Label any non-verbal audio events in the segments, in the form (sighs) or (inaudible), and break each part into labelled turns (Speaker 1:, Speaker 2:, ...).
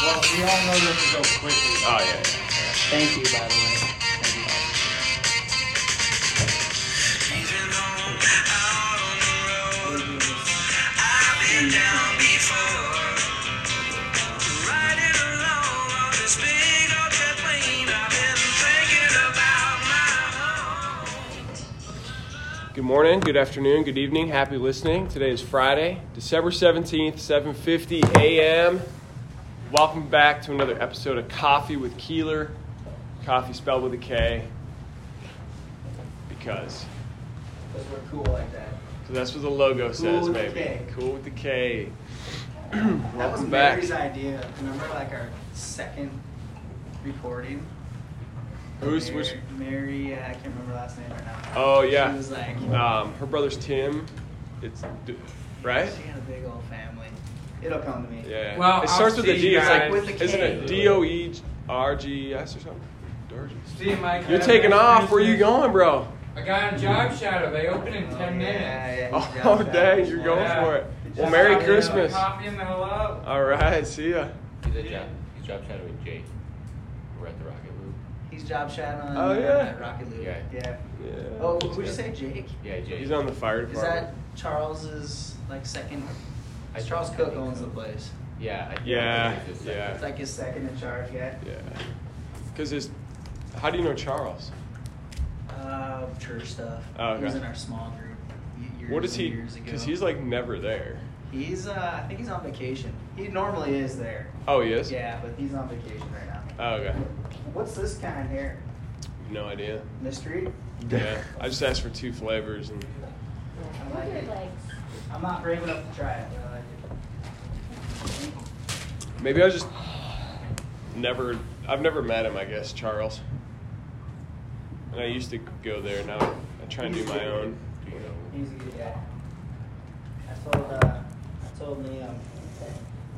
Speaker 1: Well, we all know this to go quickly.
Speaker 2: Oh, yeah, yeah.
Speaker 3: Thank you, by the way.
Speaker 2: Good morning, good afternoon, good evening. Happy listening. Today is Friday, December 17th, 7:50 a.m. Welcome back to another episode of Coffee with Keeler. Coffee spelled with a K because
Speaker 3: Because we're cool like that.
Speaker 2: 'cause that's what the logo says,
Speaker 3: with a
Speaker 2: maybe.
Speaker 3: K.
Speaker 2: Cool with the K.
Speaker 3: That was
Speaker 2: Welcome back.
Speaker 3: Mary's idea. Remember, like our second recording.
Speaker 2: Who's-
Speaker 3: Mary,
Speaker 2: which-
Speaker 3: Mary? Uh, I can't remember her last name right now.
Speaker 2: Oh yeah.
Speaker 3: She was like,
Speaker 2: um, her brother's Tim. It's d- right.
Speaker 3: She had a big old family. It'll come to me.
Speaker 2: Yeah.
Speaker 4: Well,
Speaker 2: it starts
Speaker 4: I'll
Speaker 2: with a
Speaker 4: see
Speaker 2: D.
Speaker 4: you
Speaker 2: It's like,
Speaker 4: guys.
Speaker 3: With a
Speaker 2: isn't it
Speaker 3: K.
Speaker 2: D O E R G S or something? E Dorgy.
Speaker 4: See, Mike. I
Speaker 2: You're
Speaker 4: have
Speaker 2: taking
Speaker 4: an
Speaker 2: off. Where you
Speaker 4: extra-
Speaker 2: going, bro?
Speaker 4: I got a job shadow. They open in
Speaker 3: Oh,
Speaker 4: ten
Speaker 3: yeah,
Speaker 4: minutes.
Speaker 3: yeah, he's
Speaker 2: Oh,
Speaker 3: got that.
Speaker 2: (laughs) dang, you're going
Speaker 4: Yeah.
Speaker 2: for it.
Speaker 4: Just
Speaker 2: Well, Merry
Speaker 4: coffee and-
Speaker 2: Christmas.
Speaker 4: Coffee and hello.
Speaker 2: All right, see ya.
Speaker 5: He's a job. He's job shadow with Jake. We're at the Rocket Loop.
Speaker 3: He's job shadowing.
Speaker 2: Oh,
Speaker 3: uh,
Speaker 2: yeah.
Speaker 3: that Rocket League.
Speaker 5: Yeah.
Speaker 3: Yeah.
Speaker 2: Yeah.
Speaker 3: Oh, would you say Jake?
Speaker 5: Yeah, Jake.
Speaker 2: He's on the fire
Speaker 3: Is that
Speaker 2: department.
Speaker 3: Charles's like second?
Speaker 5: I-
Speaker 3: Charles
Speaker 5: I
Speaker 3: Cook
Speaker 5: think
Speaker 3: owns
Speaker 5: so.
Speaker 3: the place.
Speaker 5: Yeah. I think
Speaker 2: Yeah,
Speaker 5: it's his second.
Speaker 2: yeah.
Speaker 3: It's like his second in charge. Yeah.
Speaker 2: Yeah. Because his. How do you know Charles?
Speaker 3: Uh, church stuff.
Speaker 2: Oh, okay.
Speaker 3: He was in our small group. y- Years
Speaker 2: What is
Speaker 3: and
Speaker 2: he?
Speaker 3: Years ago.
Speaker 2: Because he's like never there.
Speaker 3: He's uh, I think he's on vacation. He normally is there.
Speaker 2: Oh, he is?
Speaker 3: Yeah, but he's on vacation right now.
Speaker 2: Oh, okay.
Speaker 3: What's this kind here?
Speaker 2: No idea.
Speaker 3: Mystery.
Speaker 2: Yeah. I just asked for two flavors and.
Speaker 3: I
Speaker 6: Look
Speaker 3: like
Speaker 6: at
Speaker 3: it.
Speaker 6: your legs.
Speaker 3: I'm not brave enough to try it. But I like it.
Speaker 2: Maybe I just never. I've never met him. I guess Charles. And I used to go there. Now I try and do my own.
Speaker 5: Do you know?
Speaker 3: He's a good guy. I told uh, I told Liam um,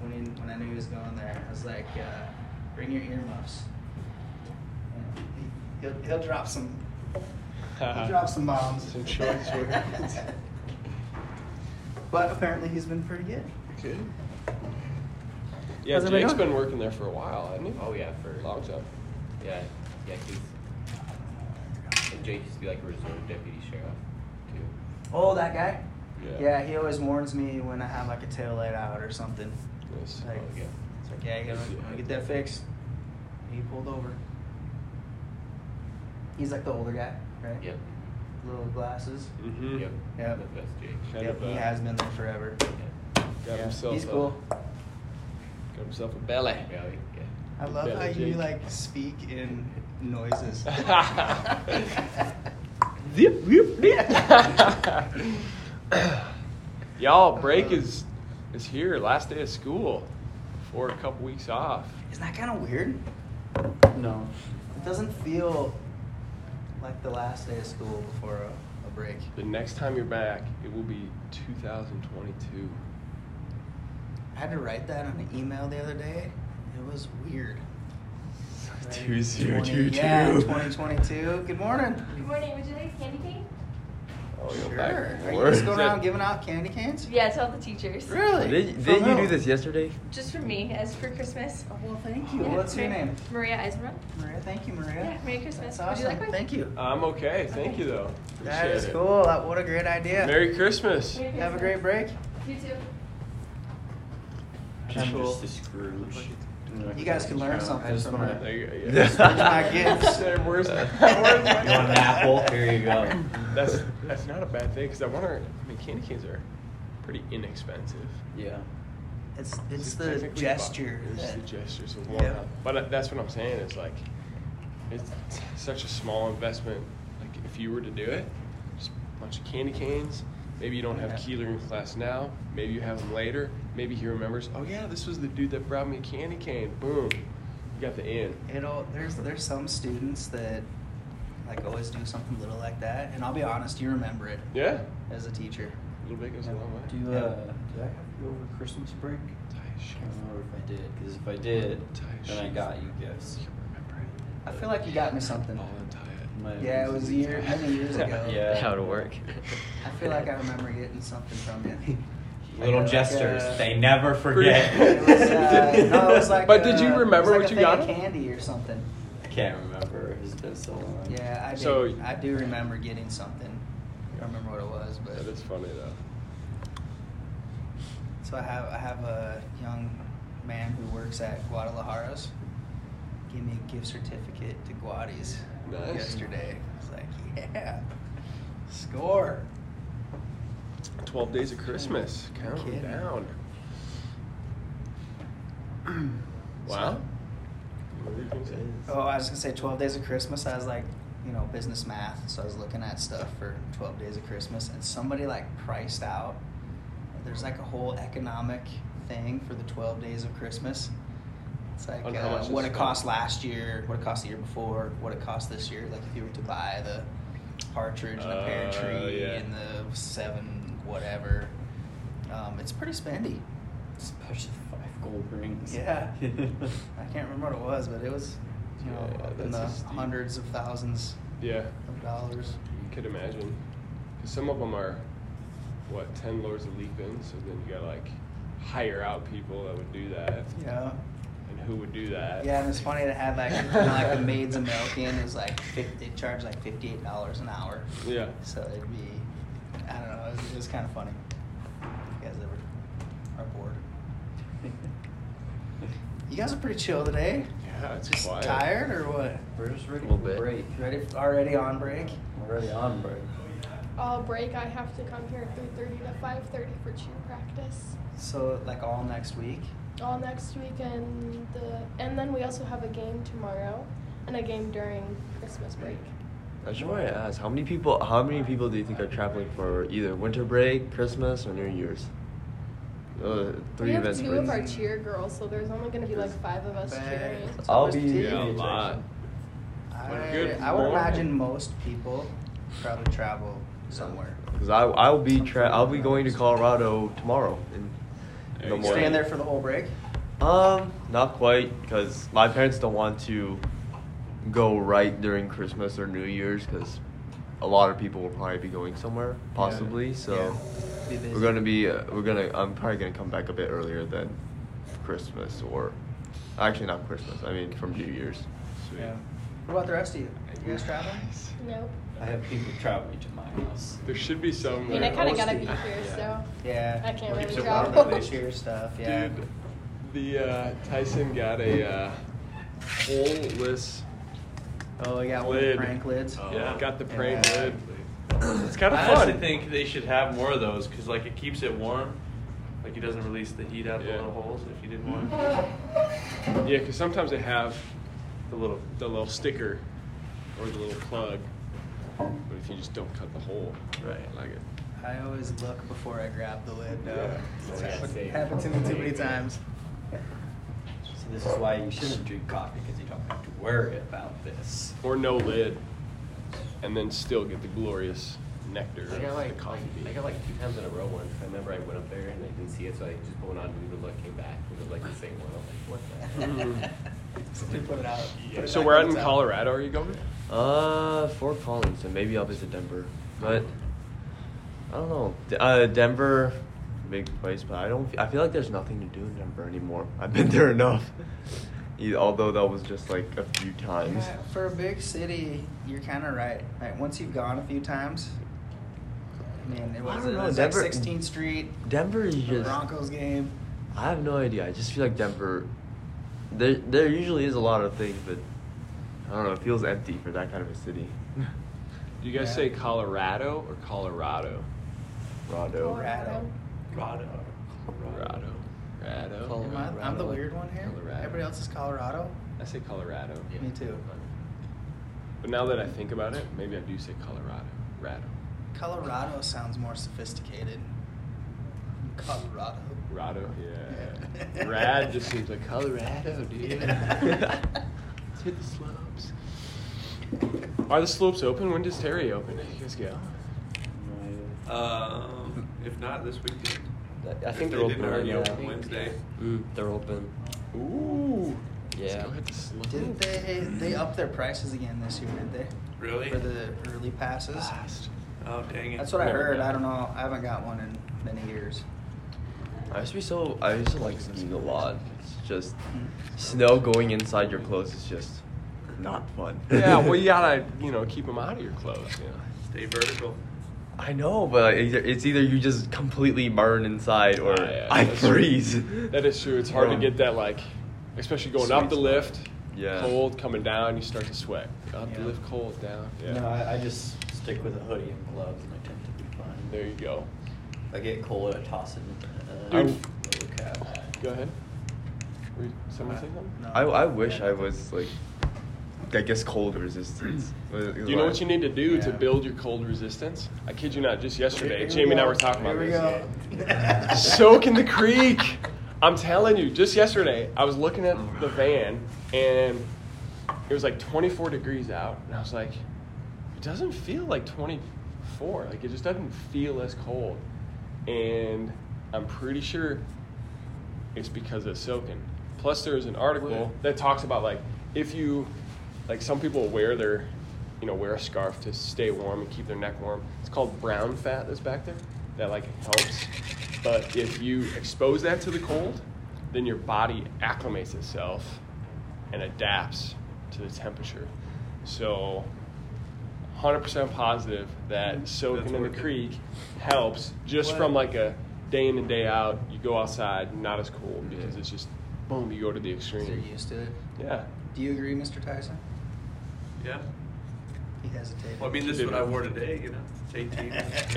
Speaker 3: when he, when I knew he was going there, I was like, uh, bring your earmuffs. And he- He'll, he'll drop some he'll drop some bombs.
Speaker 2: Uh-huh. Some choice words.
Speaker 3: (laughs) But apparently he's been pretty good.
Speaker 2: Okay. Yeah,
Speaker 3: How's it been
Speaker 2: Jake's
Speaker 3: going?
Speaker 2: been working there for a while, hasn't he?
Speaker 5: Oh yeah, for
Speaker 2: long time.
Speaker 5: Yeah, yeah. He's and Jake used to be like a reserve deputy sheriff too.
Speaker 3: Oh, that guy?
Speaker 2: Yeah.
Speaker 3: Yeah, he always warns me when I have like a tail light out or something.
Speaker 2: Yes.
Speaker 3: It's like,
Speaker 5: Oh, yeah.
Speaker 3: it's like yeah, you gotta, you gotta get that fixed. He pulled over. He's like the older guy, right?
Speaker 5: Yep.
Speaker 3: Little glasses.
Speaker 2: Mm-hmm.
Speaker 5: Yep.
Speaker 3: Yep.
Speaker 5: But That's Jake.
Speaker 2: Kind
Speaker 3: yep,
Speaker 2: of,
Speaker 3: he
Speaker 2: uh,
Speaker 3: has been there forever.
Speaker 5: Yeah.
Speaker 2: Got
Speaker 3: Yeah,
Speaker 2: himself.
Speaker 3: he's
Speaker 2: a- (laughs)
Speaker 3: cool.
Speaker 2: Got himself a belly. (laughs)
Speaker 5: Really? Yeah.
Speaker 3: I love
Speaker 2: Yeah,
Speaker 3: how you
Speaker 2: Jake.
Speaker 3: like speak in
Speaker 2: (laughs)
Speaker 3: noises. (laughs)
Speaker 2: Zip, zip, zip. (laughs) Y'all, break is is here. Last day of school, for a couple weeks off.
Speaker 3: Isn't that kind of weird?
Speaker 4: No.
Speaker 3: It doesn't feel like the last day of school before a, a break.
Speaker 2: The next time you're back, it will be 2022.
Speaker 3: I had to write that on an email the other day. It was weird. Like,
Speaker 2: 2022.
Speaker 3: Yeah, 2022. Good morning.
Speaker 6: Good morning. Would you like candy cane?
Speaker 2: Oh,
Speaker 3: sure.
Speaker 2: you're back.
Speaker 3: Are you just going
Speaker 2: Is it-
Speaker 3: around giving out candy canes?
Speaker 6: Yeah, to all the teachers.
Speaker 3: Really?
Speaker 7: Did,
Speaker 3: From
Speaker 7: didn't you
Speaker 3: who?
Speaker 7: do this yesterday?
Speaker 6: Just for me, as for Christmas.
Speaker 3: Oh, well, thank you.
Speaker 6: Yeah,
Speaker 3: What's your
Speaker 6: Maria-
Speaker 3: name?
Speaker 6: Maria Eisenberg.
Speaker 3: Maria. Thank you, Maria.
Speaker 6: Yeah, Merry Christmas.
Speaker 3: That's
Speaker 6: Would
Speaker 3: awesome.
Speaker 6: you like one?
Speaker 3: Thank you.
Speaker 2: I'm okay. Thank you though.
Speaker 3: That
Speaker 2: Appreciate
Speaker 3: is
Speaker 2: it.
Speaker 3: cool. That- What a great idea.
Speaker 2: Merry Christmas.
Speaker 6: Merry
Speaker 3: Have a great
Speaker 6: Christmas.
Speaker 3: break.
Speaker 6: You too.
Speaker 7: I'm
Speaker 3: Cool.
Speaker 7: just a Scrooge.
Speaker 3: You guys can learn something from
Speaker 7: wanna-
Speaker 2: There
Speaker 3: her.
Speaker 2: you
Speaker 7: (laughs)
Speaker 2: go. Yeah.
Speaker 3: my gifts.
Speaker 2: There, (laughs) where's-
Speaker 7: You want
Speaker 2: where's-
Speaker 7: an apple? Here you go.
Speaker 2: That's that's not a bad thing because I wonder. I mean, candy canes are pretty inexpensive.
Speaker 7: Yeah.
Speaker 3: It's it's
Speaker 2: Just
Speaker 3: the
Speaker 2: technically buy-
Speaker 3: gesture.
Speaker 2: It's
Speaker 3: that-
Speaker 2: the gesture. So
Speaker 3: Yeah.
Speaker 2: why not? But uh, that's what I'm saying. It's like it's such a small investment. Like if you were to do it, just a bunch of candy canes. Maybe you don't have
Speaker 3: Yeah.
Speaker 2: Keeler in class now. Maybe you have him later. Maybe he remembers. Oh yeah, this was the dude that brought me a candy cane. Boom, you got the in.
Speaker 3: It'll there's there's some students that like always do something little like that, and I'll be honest, you remember it
Speaker 2: Yeah,
Speaker 3: as a teacher.
Speaker 2: a little bit goes a long way.
Speaker 7: Do, you, uh, did I have you over Christmas break?
Speaker 2: Tie his shoe.
Speaker 7: I don't remember if I did, because if I did, then I got you gifts.
Speaker 2: You remember it.
Speaker 3: I feel like you got me something.
Speaker 2: I'll untie it.
Speaker 7: Might have
Speaker 3: Yeah, it
Speaker 7: been
Speaker 3: was e- a
Speaker 7: some-
Speaker 3: year
Speaker 2: (laughs)
Speaker 3: many years ago.
Speaker 7: Yeah.
Speaker 5: How to work. (laughs)
Speaker 2: (laughs)
Speaker 3: I feel like I remember getting something from you.
Speaker 5: Little
Speaker 3: got, like, uh, (laughs)
Speaker 5: gestures.
Speaker 3: a-
Speaker 5: They never
Speaker 3: It was, uh,
Speaker 5: forget.
Speaker 3: no, it was like (laughs)
Speaker 2: (laughs) But did you
Speaker 3: uh, it was
Speaker 2: remember
Speaker 3: like
Speaker 2: what
Speaker 3: a
Speaker 2: you
Speaker 3: thing
Speaker 2: got
Speaker 3: of
Speaker 2: him?
Speaker 3: Candy or something.
Speaker 7: I can't remember. It's been so long.
Speaker 3: Yeah, I do.
Speaker 2: So-
Speaker 3: I do remember getting something. I don't remember what it was, but
Speaker 2: That is funny though.
Speaker 3: so I have I have a young man who works at Guadalajara's. Give me a gift certificate to Guadi's
Speaker 2: Nice.
Speaker 3: yesterday. I was like, yeah, score.
Speaker 2: Twelve days of Christmas.
Speaker 3: No
Speaker 2: Count
Speaker 3: kidding.
Speaker 2: down. Wow. What do you think, Sam?
Speaker 3: Oh, I was gonna say twelve days of Christmas. I was like, you know, business math. So I was looking at stuff for twelve days of Christmas, and somebody like priced out. There's like a whole economic thing for the twelve days of Christmas. It's like
Speaker 2: On how
Speaker 3: uh,
Speaker 2: much
Speaker 3: what
Speaker 2: it's
Speaker 3: it cost last year, what it cost the year before, what it cost this year. Like if you were to buy the partridge and the pear
Speaker 2: Uh,
Speaker 3: tree
Speaker 2: yeah.
Speaker 3: and the seven whatever, um, it's pretty spendy.
Speaker 7: Especially five gold rings. (laughs)
Speaker 3: Yeah. (laughs) I can't remember what it was, but it was, you know,
Speaker 2: Yeah,
Speaker 3: up in
Speaker 2: that's
Speaker 3: the
Speaker 2: a steep-
Speaker 3: hundreds of thousands
Speaker 2: Yeah,
Speaker 3: of dollars.
Speaker 2: you could imagine. 'Cause some of them are, what, 10 lords of leaf in, so then you gotta like hire out people that would do that.
Speaker 3: Yeah.
Speaker 2: And who would do that?
Speaker 3: Yeah, and it's funny to have like kinda like the maids of milk in is like fif- they charge like fifty eight dollars an hour.
Speaker 2: Yeah.
Speaker 3: So it'd be I don't know, it was, it was kinda funny. If you guys ever are bored. You guys are pretty chill today.
Speaker 2: Yeah, it's
Speaker 3: Just
Speaker 2: quiet.
Speaker 3: tired or what?
Speaker 7: We're just ready
Speaker 5: Little
Speaker 7: for
Speaker 5: bit.
Speaker 7: break.
Speaker 3: Ready already on break?
Speaker 7: Already on break.
Speaker 8: I'll break. I have to come here at 3:30 to 5:30 for cheer practice.
Speaker 3: So like all next week?
Speaker 8: All next week and the and then we also have a game tomorrow and a game during Christmas break.
Speaker 9: I just wanted to ask, how many people? How many people do you think are traveling for either winter break, Christmas, or New Year's? Uh, three
Speaker 8: we have
Speaker 9: events.
Speaker 8: two
Speaker 9: for
Speaker 8: of
Speaker 9: it.
Speaker 8: our cheer girls, so there's only going to be like five of us cheering.
Speaker 3: Bang.
Speaker 7: I'll be.
Speaker 2: Yeah, a lot.
Speaker 3: I,
Speaker 2: Good
Speaker 3: I would
Speaker 2: morning.
Speaker 3: imagine most people probably travel somewhere.
Speaker 9: Because I I will be tra- I'll be going to Colorado tomorrow. In, in
Speaker 2: There
Speaker 9: the
Speaker 2: you go.
Speaker 9: morning.
Speaker 3: Staying there for the whole break?
Speaker 9: Um, not quite, because my parents don't want to go right during Christmas or New Year's, because a lot of people will probably be going somewhere, possibly. So
Speaker 3: Yeah. Be busy.
Speaker 9: we're gonna be, uh, we're gonna, I'm probably gonna come back a bit earlier than Christmas or, actually not Christmas. I mean from New Year's.
Speaker 2: Sweet.
Speaker 3: Yeah. What about the rest of you? You guys traveling?
Speaker 8: Nope.
Speaker 7: I have people traveling to my house.
Speaker 2: There should be
Speaker 8: I
Speaker 2: some.
Speaker 8: mean, I
Speaker 2: there.
Speaker 8: kind
Speaker 3: always
Speaker 8: of got to
Speaker 3: do
Speaker 8: be
Speaker 3: that.
Speaker 8: here,
Speaker 7: Yeah.
Speaker 8: so.
Speaker 3: Yeah.
Speaker 8: I can't
Speaker 3: We're
Speaker 8: really
Speaker 3: just
Speaker 8: travel.
Speaker 3: about to share
Speaker 8: (laughs)
Speaker 3: stuff. Yeah.
Speaker 2: Dude, the uh, Tyson got a uh, holeless.
Speaker 3: Oh yeah, one of the
Speaker 2: Lid.
Speaker 3: prank lids.
Speaker 5: Oh.
Speaker 2: Yeah, got the prank
Speaker 3: Yeah.
Speaker 2: lid. It's kind of
Speaker 1: I
Speaker 2: fun.
Speaker 1: honestly think they should have more of those because like it keeps it warm. Like it doesn't release the heat out of
Speaker 2: Yeah.
Speaker 1: the little holes if you didn't want the
Speaker 2: Yeah, because sometimes they have
Speaker 1: little.
Speaker 2: the little sticker or the little plug, but if you just don't cut the hole,
Speaker 1: Right.
Speaker 2: I like it.
Speaker 3: I always look before I grab the lid. though.
Speaker 2: Yeah.
Speaker 3: (laughs) It's
Speaker 5: Oh, yeah,
Speaker 3: happened,
Speaker 5: same.
Speaker 3: happened to me too many times. (laughs)
Speaker 7: So this is why you shouldn't drink coffee because you don't have to worry about this.
Speaker 2: Or no lid, and then still get the glorious nectar
Speaker 5: I got
Speaker 2: of
Speaker 5: like
Speaker 2: the coffee bean.
Speaker 5: I got like two times in a row once. I remember I went up there and I didn't see it, so I just went on Google look, came back, and it was like the same one. I'm like, what the?
Speaker 2: Mhm.
Speaker 3: so we put it out. put it
Speaker 2: so
Speaker 3: back
Speaker 2: we're out
Speaker 3: when
Speaker 2: in
Speaker 3: it's
Speaker 2: Colorado. Are you going?
Speaker 9: Uh, Fort Collins, and maybe I'll visit Denver, but I don't know. D- Uh, Denver, big place, but I don't. I feel like there's nothing to do in Denver anymore. (laughs) I've been there enough. E- Although that was just like a few times.
Speaker 3: Yeah, for a big city, you're kind of right. Like once you've gone a few times, I mean, it
Speaker 9: I
Speaker 3: was,
Speaker 9: don't
Speaker 3: it
Speaker 9: know,
Speaker 3: was like
Speaker 9: Denver-
Speaker 3: 16th Street,
Speaker 9: Denver is
Speaker 3: the
Speaker 9: just.
Speaker 3: Broncos game.
Speaker 9: I have no idea. I just feel like Denver. There, there usually is a lot of things, but I don't know. It feels empty for that kind of a city.
Speaker 2: Do you guys
Speaker 3: Yeah.
Speaker 2: say Colorado or Colorado?
Speaker 9: Rado.
Speaker 3: Colorado.
Speaker 5: Colorado.
Speaker 2: Colorado. Colorado.
Speaker 3: Am I, I'm the weird one here.
Speaker 2: Colorado.
Speaker 3: Everybody else is Colorado.
Speaker 2: I say Colorado.
Speaker 5: Yeah.
Speaker 3: Me too.
Speaker 2: But now that I think about it, maybe I do say Colorado. Rado.
Speaker 3: Colorado sounds more sophisticated. Colorado.
Speaker 9: (laughs)
Speaker 2: Rado.
Speaker 3: Yeah.
Speaker 5: (laughs)
Speaker 2: Yeah. (laughs) Rad just seems like Colorado, dude. Let's hit the slopes. Are the slopes open? When does Terry open? You guys go.
Speaker 10: Um, if not this weekend,
Speaker 9: I think
Speaker 10: If they
Speaker 9: they're open.
Speaker 10: didn't already
Speaker 9: right now.
Speaker 10: open Wednesday.
Speaker 9: Mm, they're open.
Speaker 2: Ooh.
Speaker 9: Yeah.
Speaker 2: Let's go hit the slopes.
Speaker 3: (laughs) Didn't they? They upped their prices again this year, did they?
Speaker 10: Really?
Speaker 3: For the early passes.
Speaker 2: Blast.
Speaker 10: Oh dang it!
Speaker 3: That's what I
Speaker 2: Never
Speaker 3: heard.
Speaker 2: done.
Speaker 3: I don't know. I haven't got one in many years.
Speaker 9: I used to be so. I used to like skiing a lot. It's just
Speaker 2: Mm.
Speaker 9: snow going inside your clothes is just not fun.
Speaker 2: yeah, well,
Speaker 9: (laughs)
Speaker 2: you gotta, you know, keep them out of your clothes. You know.
Speaker 1: Stay vertical.
Speaker 9: I know, but either, it's either you just completely burn inside or
Speaker 2: Ah, yeah,
Speaker 9: I
Speaker 2: that's
Speaker 9: freeze.
Speaker 2: true. That is true. It's hard to
Speaker 9: Yeah.
Speaker 2: get that like, especially going up
Speaker 9: Sweet
Speaker 2: the
Speaker 9: spot.
Speaker 2: lift.
Speaker 9: Yeah.
Speaker 2: Cold coming down, you start to sweat. Up the
Speaker 7: Yeah.
Speaker 2: lift, cold down. Yeah.
Speaker 7: No, I, I just stick with a hoodie and gloves, and I tend to be fine.
Speaker 2: there you go.
Speaker 7: If I get cold, I toss it. in, Uh,
Speaker 2: Dude.
Speaker 7: little cap.
Speaker 2: Go ahead. Were you, someone saying something?
Speaker 9: I, I wish I was like, I guess cold resistance.
Speaker 2: Do you know what you need to do to build your cold resistance? I kid you not. Just yesterday, Jamie and I were talking about this. (laughs) Soak in the creek. I'm telling you, just yesterday, I was looking at the van and it was like 24 degrees out. And I was like, it doesn't feel like 24. Like, it just doesn't feel as cold. And I'm pretty sure it's because of soaking. Plus, there's an article that talks about like if you, like some people wear their, you know, wear a scarf to stay warm and keep their neck warm. It's called brown fat that's back there that like helps. But if you expose that to the cold, then your body acclimates itself and adapts to the temperature. So, 100% positive
Speaker 10: Mm-hmm.
Speaker 2: that soaking in the
Speaker 10: worth it.
Speaker 2: creek helps just from like a day in and day out. You go outside, not as cold because it's just boom, you go to the
Speaker 3: Because you're
Speaker 2: extreme.
Speaker 3: used to it.
Speaker 2: Yeah.
Speaker 3: Do you agree, Mr. Tyson?
Speaker 10: Yeah.
Speaker 3: He hesitated.
Speaker 10: Well, I mean, this is what I wore today, you know? It's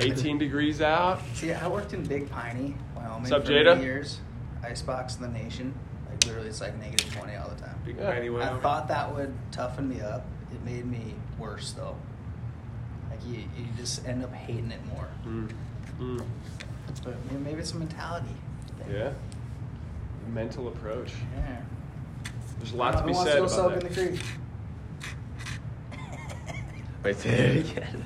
Speaker 3: (laughs)
Speaker 10: 18.
Speaker 2: 18 degrees out.
Speaker 3: See, I worked in Big Piney, Wyoming
Speaker 2: What's up,
Speaker 3: for
Speaker 2: Jada?
Speaker 3: many years. Icebox in the nation. Like literally, it's like negative twenty all the time.
Speaker 10: Big
Speaker 2: Yeah.
Speaker 10: tiny
Speaker 3: I
Speaker 10: Wyoming.
Speaker 3: thought that would toughen me up. It made me worse though. Like you, you just end up hating it more.
Speaker 2: Mm. Mm.
Speaker 3: But may- maybe it's a mentality. thing.
Speaker 2: Yeah. Mental approach.
Speaker 3: Yeah.
Speaker 2: There's a lot to
Speaker 3: Who
Speaker 2: be
Speaker 3: wants
Speaker 2: said
Speaker 3: go soak
Speaker 2: about
Speaker 3: in
Speaker 2: that.
Speaker 3: the creek?
Speaker 9: Wait, say
Speaker 2: (laughs)
Speaker 9: it again.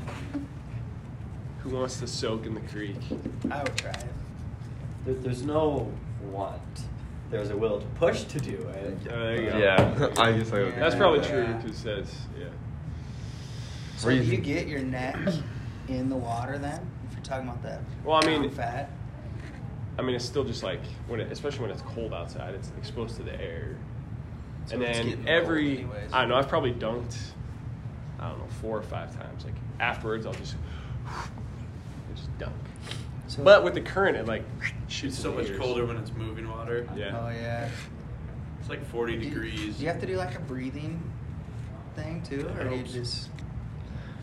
Speaker 2: Who wants to soak in the creek?
Speaker 3: I would try it.
Speaker 7: There, there's no want. There's a will to push to do it.
Speaker 2: Oh, there you go.
Speaker 9: Yeah, I guess I would.
Speaker 2: That's probably
Speaker 3: Yeah.
Speaker 2: true because that's yeah.
Speaker 3: So
Speaker 9: Breathe.
Speaker 3: you get your neck in the water then? If you're talking about that.
Speaker 2: Well, I mean-
Speaker 3: brown fat.
Speaker 2: I mean, it's still just like when, it, especially when it's cold outside, it's exposed to the air.
Speaker 3: So
Speaker 2: and
Speaker 3: it's
Speaker 2: then
Speaker 3: getting
Speaker 2: every,
Speaker 3: cold anyways.
Speaker 2: I don't know, I've probably dunked, I don't know, four or five times. Like afterwards, I'll just, (sighs) I just dunk.
Speaker 3: So-
Speaker 2: but with the current, it like
Speaker 10: It's
Speaker 2: shoots in
Speaker 10: so
Speaker 2: the
Speaker 10: much
Speaker 2: ears.
Speaker 10: colder when it's moving water.
Speaker 2: Yeah.
Speaker 3: Oh yeah.
Speaker 10: It's like 40
Speaker 3: Do you-
Speaker 10: degrees.
Speaker 3: Do you
Speaker 5: (laughs)
Speaker 3: have to do like a breathing thing too, or do you
Speaker 10: Helps.
Speaker 3: just?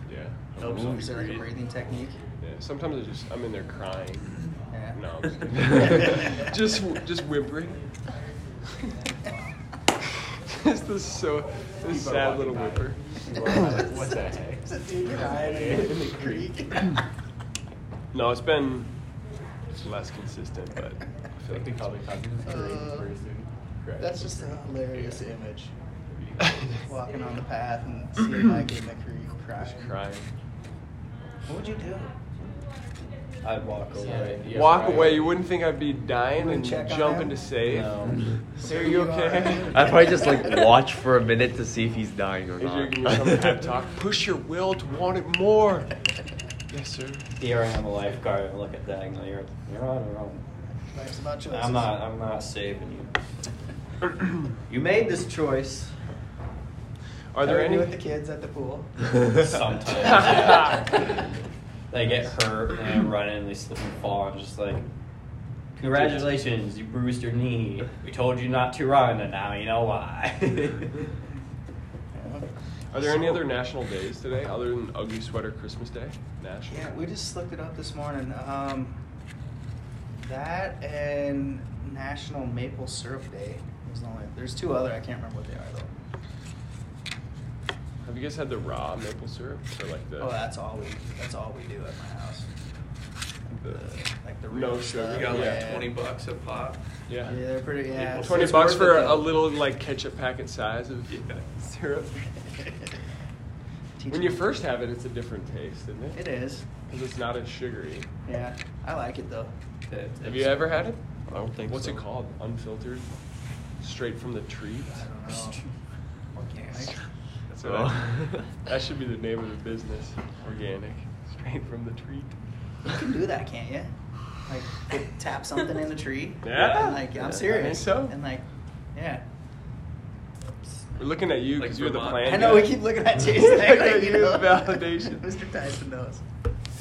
Speaker 2: Yeah.
Speaker 10: Helps with
Speaker 3: Is there like a
Speaker 10: breathing.
Speaker 3: breathing technique?
Speaker 2: yeah. Sometimes I just, I'm in there crying.
Speaker 3: Yeah. (laughs)
Speaker 2: No. I'm just, just, just whimpering. (laughs) just this so, this sad little whimper.
Speaker 3: (laughs)
Speaker 5: What the heck?
Speaker 3: It's a dude dying in the creek.
Speaker 2: No, it's been less consistent,
Speaker 3: (laughs)
Speaker 2: but I feel like they call
Speaker 3: Uh, That's just a hilarious image.
Speaker 2: (laughs)
Speaker 3: Walking on the path
Speaker 2: (clears throat)
Speaker 3: and seeing Mike in the creek
Speaker 2: Just
Speaker 3: crying.
Speaker 2: crying.
Speaker 3: What would you do?
Speaker 7: I'd walk away.
Speaker 5: Yeah,
Speaker 2: Walk
Speaker 5: right.
Speaker 2: away. You wouldn't think I'd be dying
Speaker 3: Wouldn't
Speaker 2: and
Speaker 3: check on
Speaker 2: jump
Speaker 3: him?
Speaker 2: into safe.
Speaker 7: No.
Speaker 2: Are you okay? (laughs)
Speaker 9: I'd probably just like watch
Speaker 3: (laughs)
Speaker 9: for a minute to see if he's dying or
Speaker 2: If you're
Speaker 9: not.
Speaker 2: giving yourself
Speaker 9: (laughs)
Speaker 2: a pep talk, push your will to want it more. Yes, sir.
Speaker 7: Here I am, a lifeguard. I look at that and go, you're, you're on your own.
Speaker 3: Life's about choices.
Speaker 7: I'm not. I'm not saving you.
Speaker 5: (clears throat)
Speaker 7: you made this
Speaker 9: (laughs)
Speaker 7: choice.
Speaker 2: Are there
Speaker 3: Ever do
Speaker 2: any?
Speaker 3: with the kids at the pool?
Speaker 2: (laughs)
Speaker 7: Sometimes
Speaker 5: (laughs)
Speaker 7: yeah. they get hurt and they run in, they slip and fall. and just like, congratulations, you bruised your knee. We told you not to run, and now you know why. (laughs)
Speaker 2: Are there any other national days today other than Ugly Sweater Christmas Day? National.
Speaker 3: Yeah, we just looked it up this morning. Um, that and National Maple Syrup Day was the only. There's two other. I can't remember what they are though.
Speaker 2: Have you guys had the raw maple syrup or like the?
Speaker 3: Oh, that's all we. That's all we do at my house.
Speaker 2: the-
Speaker 3: Like the
Speaker 2: No
Speaker 3: real
Speaker 2: sugar.
Speaker 10: You
Speaker 3: stuff.
Speaker 10: got
Speaker 2: Yeah.
Speaker 10: like 20 bucks a pop.
Speaker 2: yeah.
Speaker 3: Yeah, they're pretty. Yeah, it's-
Speaker 2: Twenty
Speaker 3: it's
Speaker 2: bucks
Speaker 3: worth
Speaker 2: for
Speaker 3: it,
Speaker 2: a
Speaker 3: though.
Speaker 2: little like ketchup packet size of
Speaker 10: Yeah.
Speaker 2: (laughs)
Speaker 3: (laughs)
Speaker 2: syrup. When you first have it, it's a different taste, isn't
Speaker 3: It
Speaker 2: it?
Speaker 3: is.
Speaker 2: Because it's not as sugary.
Speaker 3: Yeah, I like it though.
Speaker 2: Have you ever had it?
Speaker 9: I don't think
Speaker 2: What's
Speaker 9: so.
Speaker 2: it called? Unfiltered, straight from the tree.
Speaker 3: I don't know. Organic.
Speaker 2: That's what
Speaker 9: So.
Speaker 2: I- that should be the name of the business. Organic, straight from the treat.
Speaker 3: You can do that, can't you? like they tap something in the
Speaker 2: (laughs)
Speaker 3: tree.
Speaker 2: Yeah?
Speaker 3: And, like
Speaker 2: Yeah, I
Speaker 3: I'm serious.
Speaker 2: think so.
Speaker 3: And like, yeah.
Speaker 2: We're looking at you because
Speaker 10: Like
Speaker 2: you're the
Speaker 10: Vermont?
Speaker 2: plan.
Speaker 3: I know we
Speaker 2: guy.
Speaker 3: keep looking
Speaker 2: (laughs)
Speaker 3: at Jason. Like,
Speaker 2: Look
Speaker 3: (laughs)
Speaker 2: at
Speaker 3: you
Speaker 2: you,
Speaker 3: know. (laughs)
Speaker 2: validation.
Speaker 3: Mr. Tyson knows.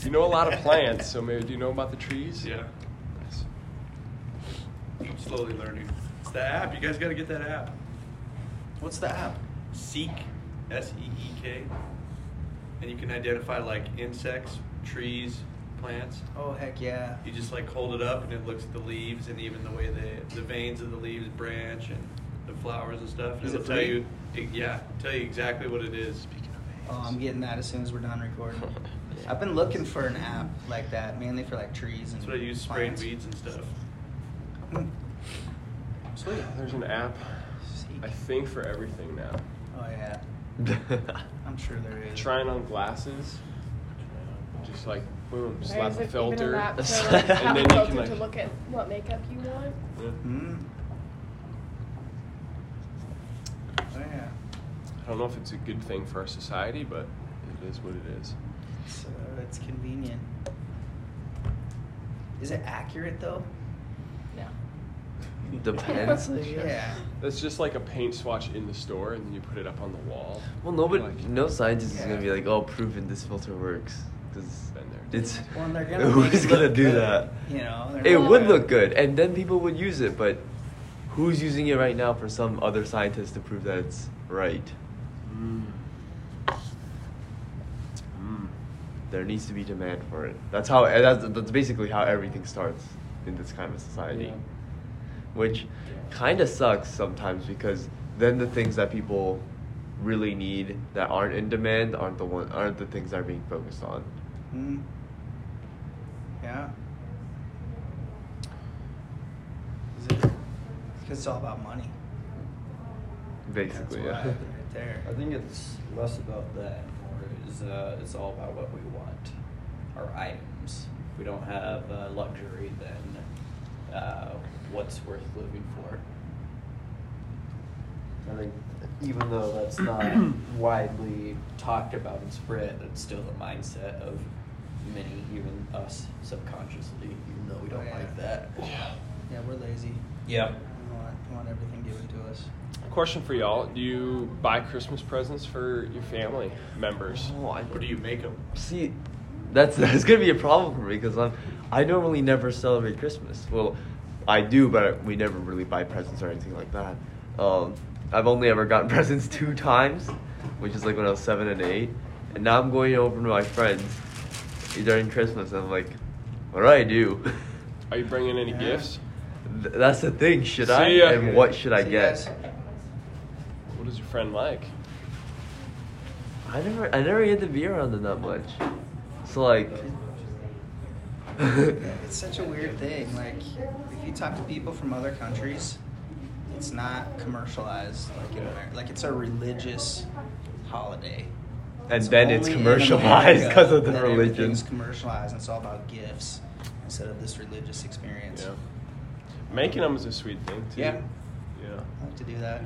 Speaker 2: You know a lot of plants, so maybe do you know about the trees?
Speaker 10: Yeah. Nice. I'm slowly learning. It's the app. You guys got to get that app.
Speaker 3: What's the app?
Speaker 10: Seek, S E E K, and you can identify like insects, trees, plants.
Speaker 3: Oh heck yeah.
Speaker 10: You just like hold it up and it looks at the leaves and even the way the the veins of the leaves branch and the flowers and stuff. And
Speaker 3: Is it
Speaker 10: it'll tell
Speaker 3: free?
Speaker 10: you, it- yeah, tell you exactly what it is. Speaking of
Speaker 3: Oh, I'm getting that as soon as we're done
Speaker 9: (laughs)
Speaker 3: recording. I've been looking for an app like that, mainly for like trees and
Speaker 10: that's what I use spraying
Speaker 3: plants.
Speaker 10: weeds and stuff.
Speaker 3: Mm. Sweet.
Speaker 2: There's an app,
Speaker 3: Seek.
Speaker 2: I think, for everything now.
Speaker 3: (laughs) Oh yeah. I'm sure there is.
Speaker 2: Trying on glasses, just like boom, slap
Speaker 8: There's,
Speaker 2: a
Speaker 8: like, Even
Speaker 2: filter. (laughs)
Speaker 8: an app to,
Speaker 9: And
Speaker 8: like, have
Speaker 2: then you
Speaker 8: a
Speaker 2: can,
Speaker 8: filter
Speaker 2: like-
Speaker 8: to look at what makeup you want.
Speaker 2: Yeah.
Speaker 3: Mm. Oh yeah.
Speaker 2: I don't know if it's a good thing for our society, but it is what it is.
Speaker 3: So it's convenient. Is it accurate though?
Speaker 9: (laughs)
Speaker 8: No.
Speaker 9: (laughs)
Speaker 8: (laughs)
Speaker 9: Depends.
Speaker 3: Yeah.
Speaker 2: That's just like a paint swatch in the store, and then you put it up on the wall.
Speaker 9: Well, nobody,
Speaker 2: Like-
Speaker 9: no scientist is gonna be
Speaker 3: Yeah.
Speaker 9: like, oh, proven this filter works, because
Speaker 2: Been there.
Speaker 9: it's
Speaker 3: Well, and they're gonna make
Speaker 9: who's
Speaker 3: it
Speaker 9: gonna
Speaker 3: look
Speaker 9: do
Speaker 3: good,
Speaker 9: that?
Speaker 3: you know, they're
Speaker 9: it
Speaker 8: not
Speaker 9: would
Speaker 8: gonna-
Speaker 9: look good, and then people would use it. But who's using it right now for some other scientist to prove that it's right?
Speaker 2: Mm. Mm.
Speaker 9: There needs to be demand for it. That's how. and That's, that's basically how everything starts in this kind of society,
Speaker 7: Yeah.
Speaker 9: which kind of sucks sometimes because then the things that people really need that aren't in demand aren't the one aren't the things that are being focused on.
Speaker 3: Mm. Yeah. Is it? Because it's all about money.
Speaker 9: Basically, (laughs)
Speaker 3: That's
Speaker 9: yeah.
Speaker 3: why, right there.
Speaker 7: I think it's less about that, more is uh, it's all about what we want, our items. If we don't have uh, luxury, then uh, what's worth living for? I think even though that's (clears throat) not widely talked about and spread, that's still the mindset of many, even us subconsciously, even though we don't
Speaker 3: Yeah.
Speaker 7: like that. Yeah.
Speaker 3: Yeah, we're lazy.
Speaker 7: Yep.
Speaker 3: We want, we want everything given to us.
Speaker 2: Question for y'all: Do you buy Christmas presents for your family members?
Speaker 9: Oh, I-
Speaker 10: Or do you make them?
Speaker 9: See, that's (laughs) that's gonna be a problem for me because I'm I normally never celebrate Christmas. Well, I do, but we never really buy presents or anything like that. Um, I've only ever gotten (laughs) presents two times, which is like when I was seven and eight, and now I'm going over to my friends during Christmas. And I'm like, what do I do? (laughs)
Speaker 2: Are you bringing any
Speaker 3: Yeah.
Speaker 2: gifts?
Speaker 9: Th- that's the thing. Should I?
Speaker 2: See ya.
Speaker 9: And what should I
Speaker 3: See,
Speaker 9: get?
Speaker 3: guys,
Speaker 2: What does your friend like?
Speaker 9: I never I never get to be around them that much. So like. (laughs)
Speaker 3: It's such a weird thing. Like, if you talk to people from other countries, it's not commercialized like in America. Like, it's a religious holiday.
Speaker 9: And then it's
Speaker 3: only in
Speaker 9: commercialized
Speaker 3: America
Speaker 9: (laughs) 'cause of the
Speaker 3: that
Speaker 9: religion.
Speaker 3: everything's commercialized, and it's all about gifts instead of this religious experience.
Speaker 2: Yeah. Making them is a sweet thing too.
Speaker 3: Yeah.
Speaker 2: Yeah.
Speaker 3: I like to do that.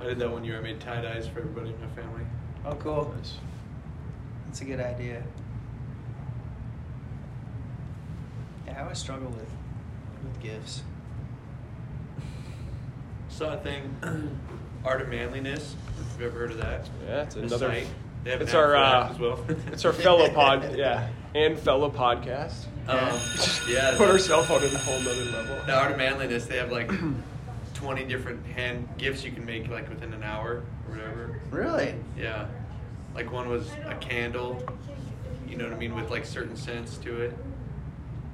Speaker 10: I did that one year. I made tie dyes for everybody in my family.
Speaker 3: Oh, cool.
Speaker 2: Nice.
Speaker 3: That's a good idea. Yeah, I always struggle with with gifts.
Speaker 10: Saw a thing, (clears throat) Art of Manliness. Have you ever heard of that?
Speaker 2: Yeah, it's
Speaker 10: The
Speaker 2: another.
Speaker 10: site. They have an
Speaker 2: It's
Speaker 10: app
Speaker 2: our
Speaker 10: for that
Speaker 2: uh,
Speaker 10: as well. (laughs)
Speaker 2: it's our fellow pod, yeah, and fellow podcast. (laughs)
Speaker 10: Um, yeah.
Speaker 2: Put
Speaker 10: the-
Speaker 2: our cell phone in a whole nother level.
Speaker 10: The Art of Manliness. They have like (clears throat) twenty different hand gifts you can make like within an hour or whatever.
Speaker 3: Really?
Speaker 10: Yeah. Like one was a candle. You know what I mean with like certain scents to it.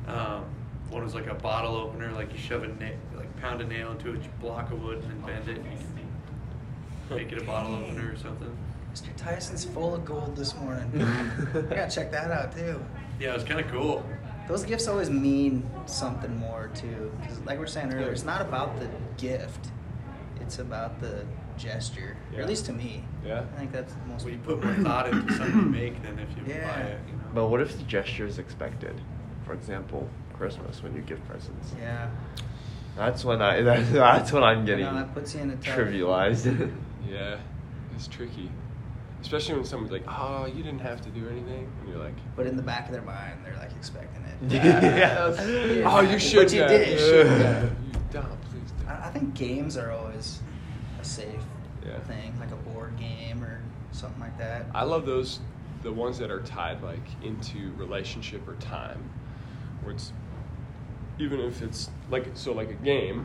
Speaker 10: Um, one was like a bottle opener. Like you shove a na- like pound a nail into a block of wood and then bend it. And you can make it a bottle opener or something.
Speaker 3: Mr. Tyson's full of gold this morning. (laughs) I gotta check that out too.
Speaker 10: Yeah, it was kind of cool.
Speaker 3: Those gifts always mean something more too, because like we were saying earlier, it's not about the gift; it's about the gesture. Or
Speaker 2: Yeah.
Speaker 3: at least to me.
Speaker 2: Yeah.
Speaker 3: I think that's the most.
Speaker 10: Well, you put more thought into
Speaker 3: (coughs)
Speaker 10: something you make than if you buy
Speaker 3: Yeah.
Speaker 10: it. You know?
Speaker 9: But what if the gesture is expected? For example, Christmas when you give presents.
Speaker 3: Yeah.
Speaker 9: That's when I. (laughs) that's when I'm
Speaker 3: I know,
Speaker 9: getting (laughs)
Speaker 3: that puts you in a tough-
Speaker 9: trivialized.
Speaker 2: Yeah, it's tricky. especially when someone's like, "Oh, you didn't have to do anything," and you're like,
Speaker 3: But in the back of their mind, they're like expecting it.
Speaker 2: (laughs) Yeah. Oh, you should
Speaker 3: But you
Speaker 2: have.
Speaker 3: did. You should have.
Speaker 2: (laughs) You dumb, please don't.
Speaker 3: I I think games are always a safe
Speaker 2: Yeah.
Speaker 3: thing, like a board game or something like that.
Speaker 2: I love those, the ones that are tied like into relationship or time, where it's even if it's like so like a game,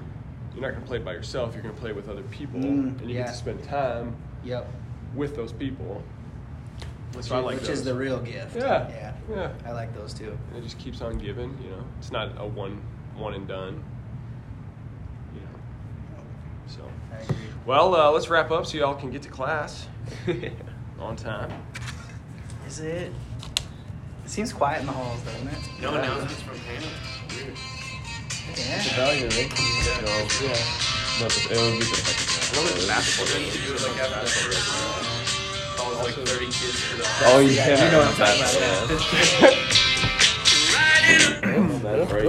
Speaker 2: you're not gonna play it by yourself. You're gonna play it with other people,
Speaker 3: Mm,
Speaker 2: and you
Speaker 3: yeah.
Speaker 2: get to spend time
Speaker 3: Yep.
Speaker 2: with those people.
Speaker 3: Which,
Speaker 2: so I like
Speaker 3: which is
Speaker 2: those.
Speaker 3: the real gift.
Speaker 2: Yeah.
Speaker 3: Yeah.
Speaker 2: Yeah.
Speaker 3: I like those too.
Speaker 2: And it just keeps on giving. You know, it's not a one one and done. You know, so.
Speaker 3: I agree.
Speaker 2: Well, uh, let's wrap up so y'all can get
Speaker 3: (laughs)
Speaker 2: to class on time.
Speaker 3: Is it? It seems quiet in the halls, doesn't it?
Speaker 10: No announcements from Hannah. Weird.
Speaker 3: Yeah.
Speaker 9: value, right? So,
Speaker 2: Yeah.
Speaker 9: no, but it would be the
Speaker 2: Another
Speaker 10: We're
Speaker 2: basketball.
Speaker 10: gonna do it like after the first round. Call it, like 30 kids to the
Speaker 2: Oh,
Speaker 10: (laughs)
Speaker 9: Oh yeah, you know
Speaker 3: I'm talking about.
Speaker 9: Better.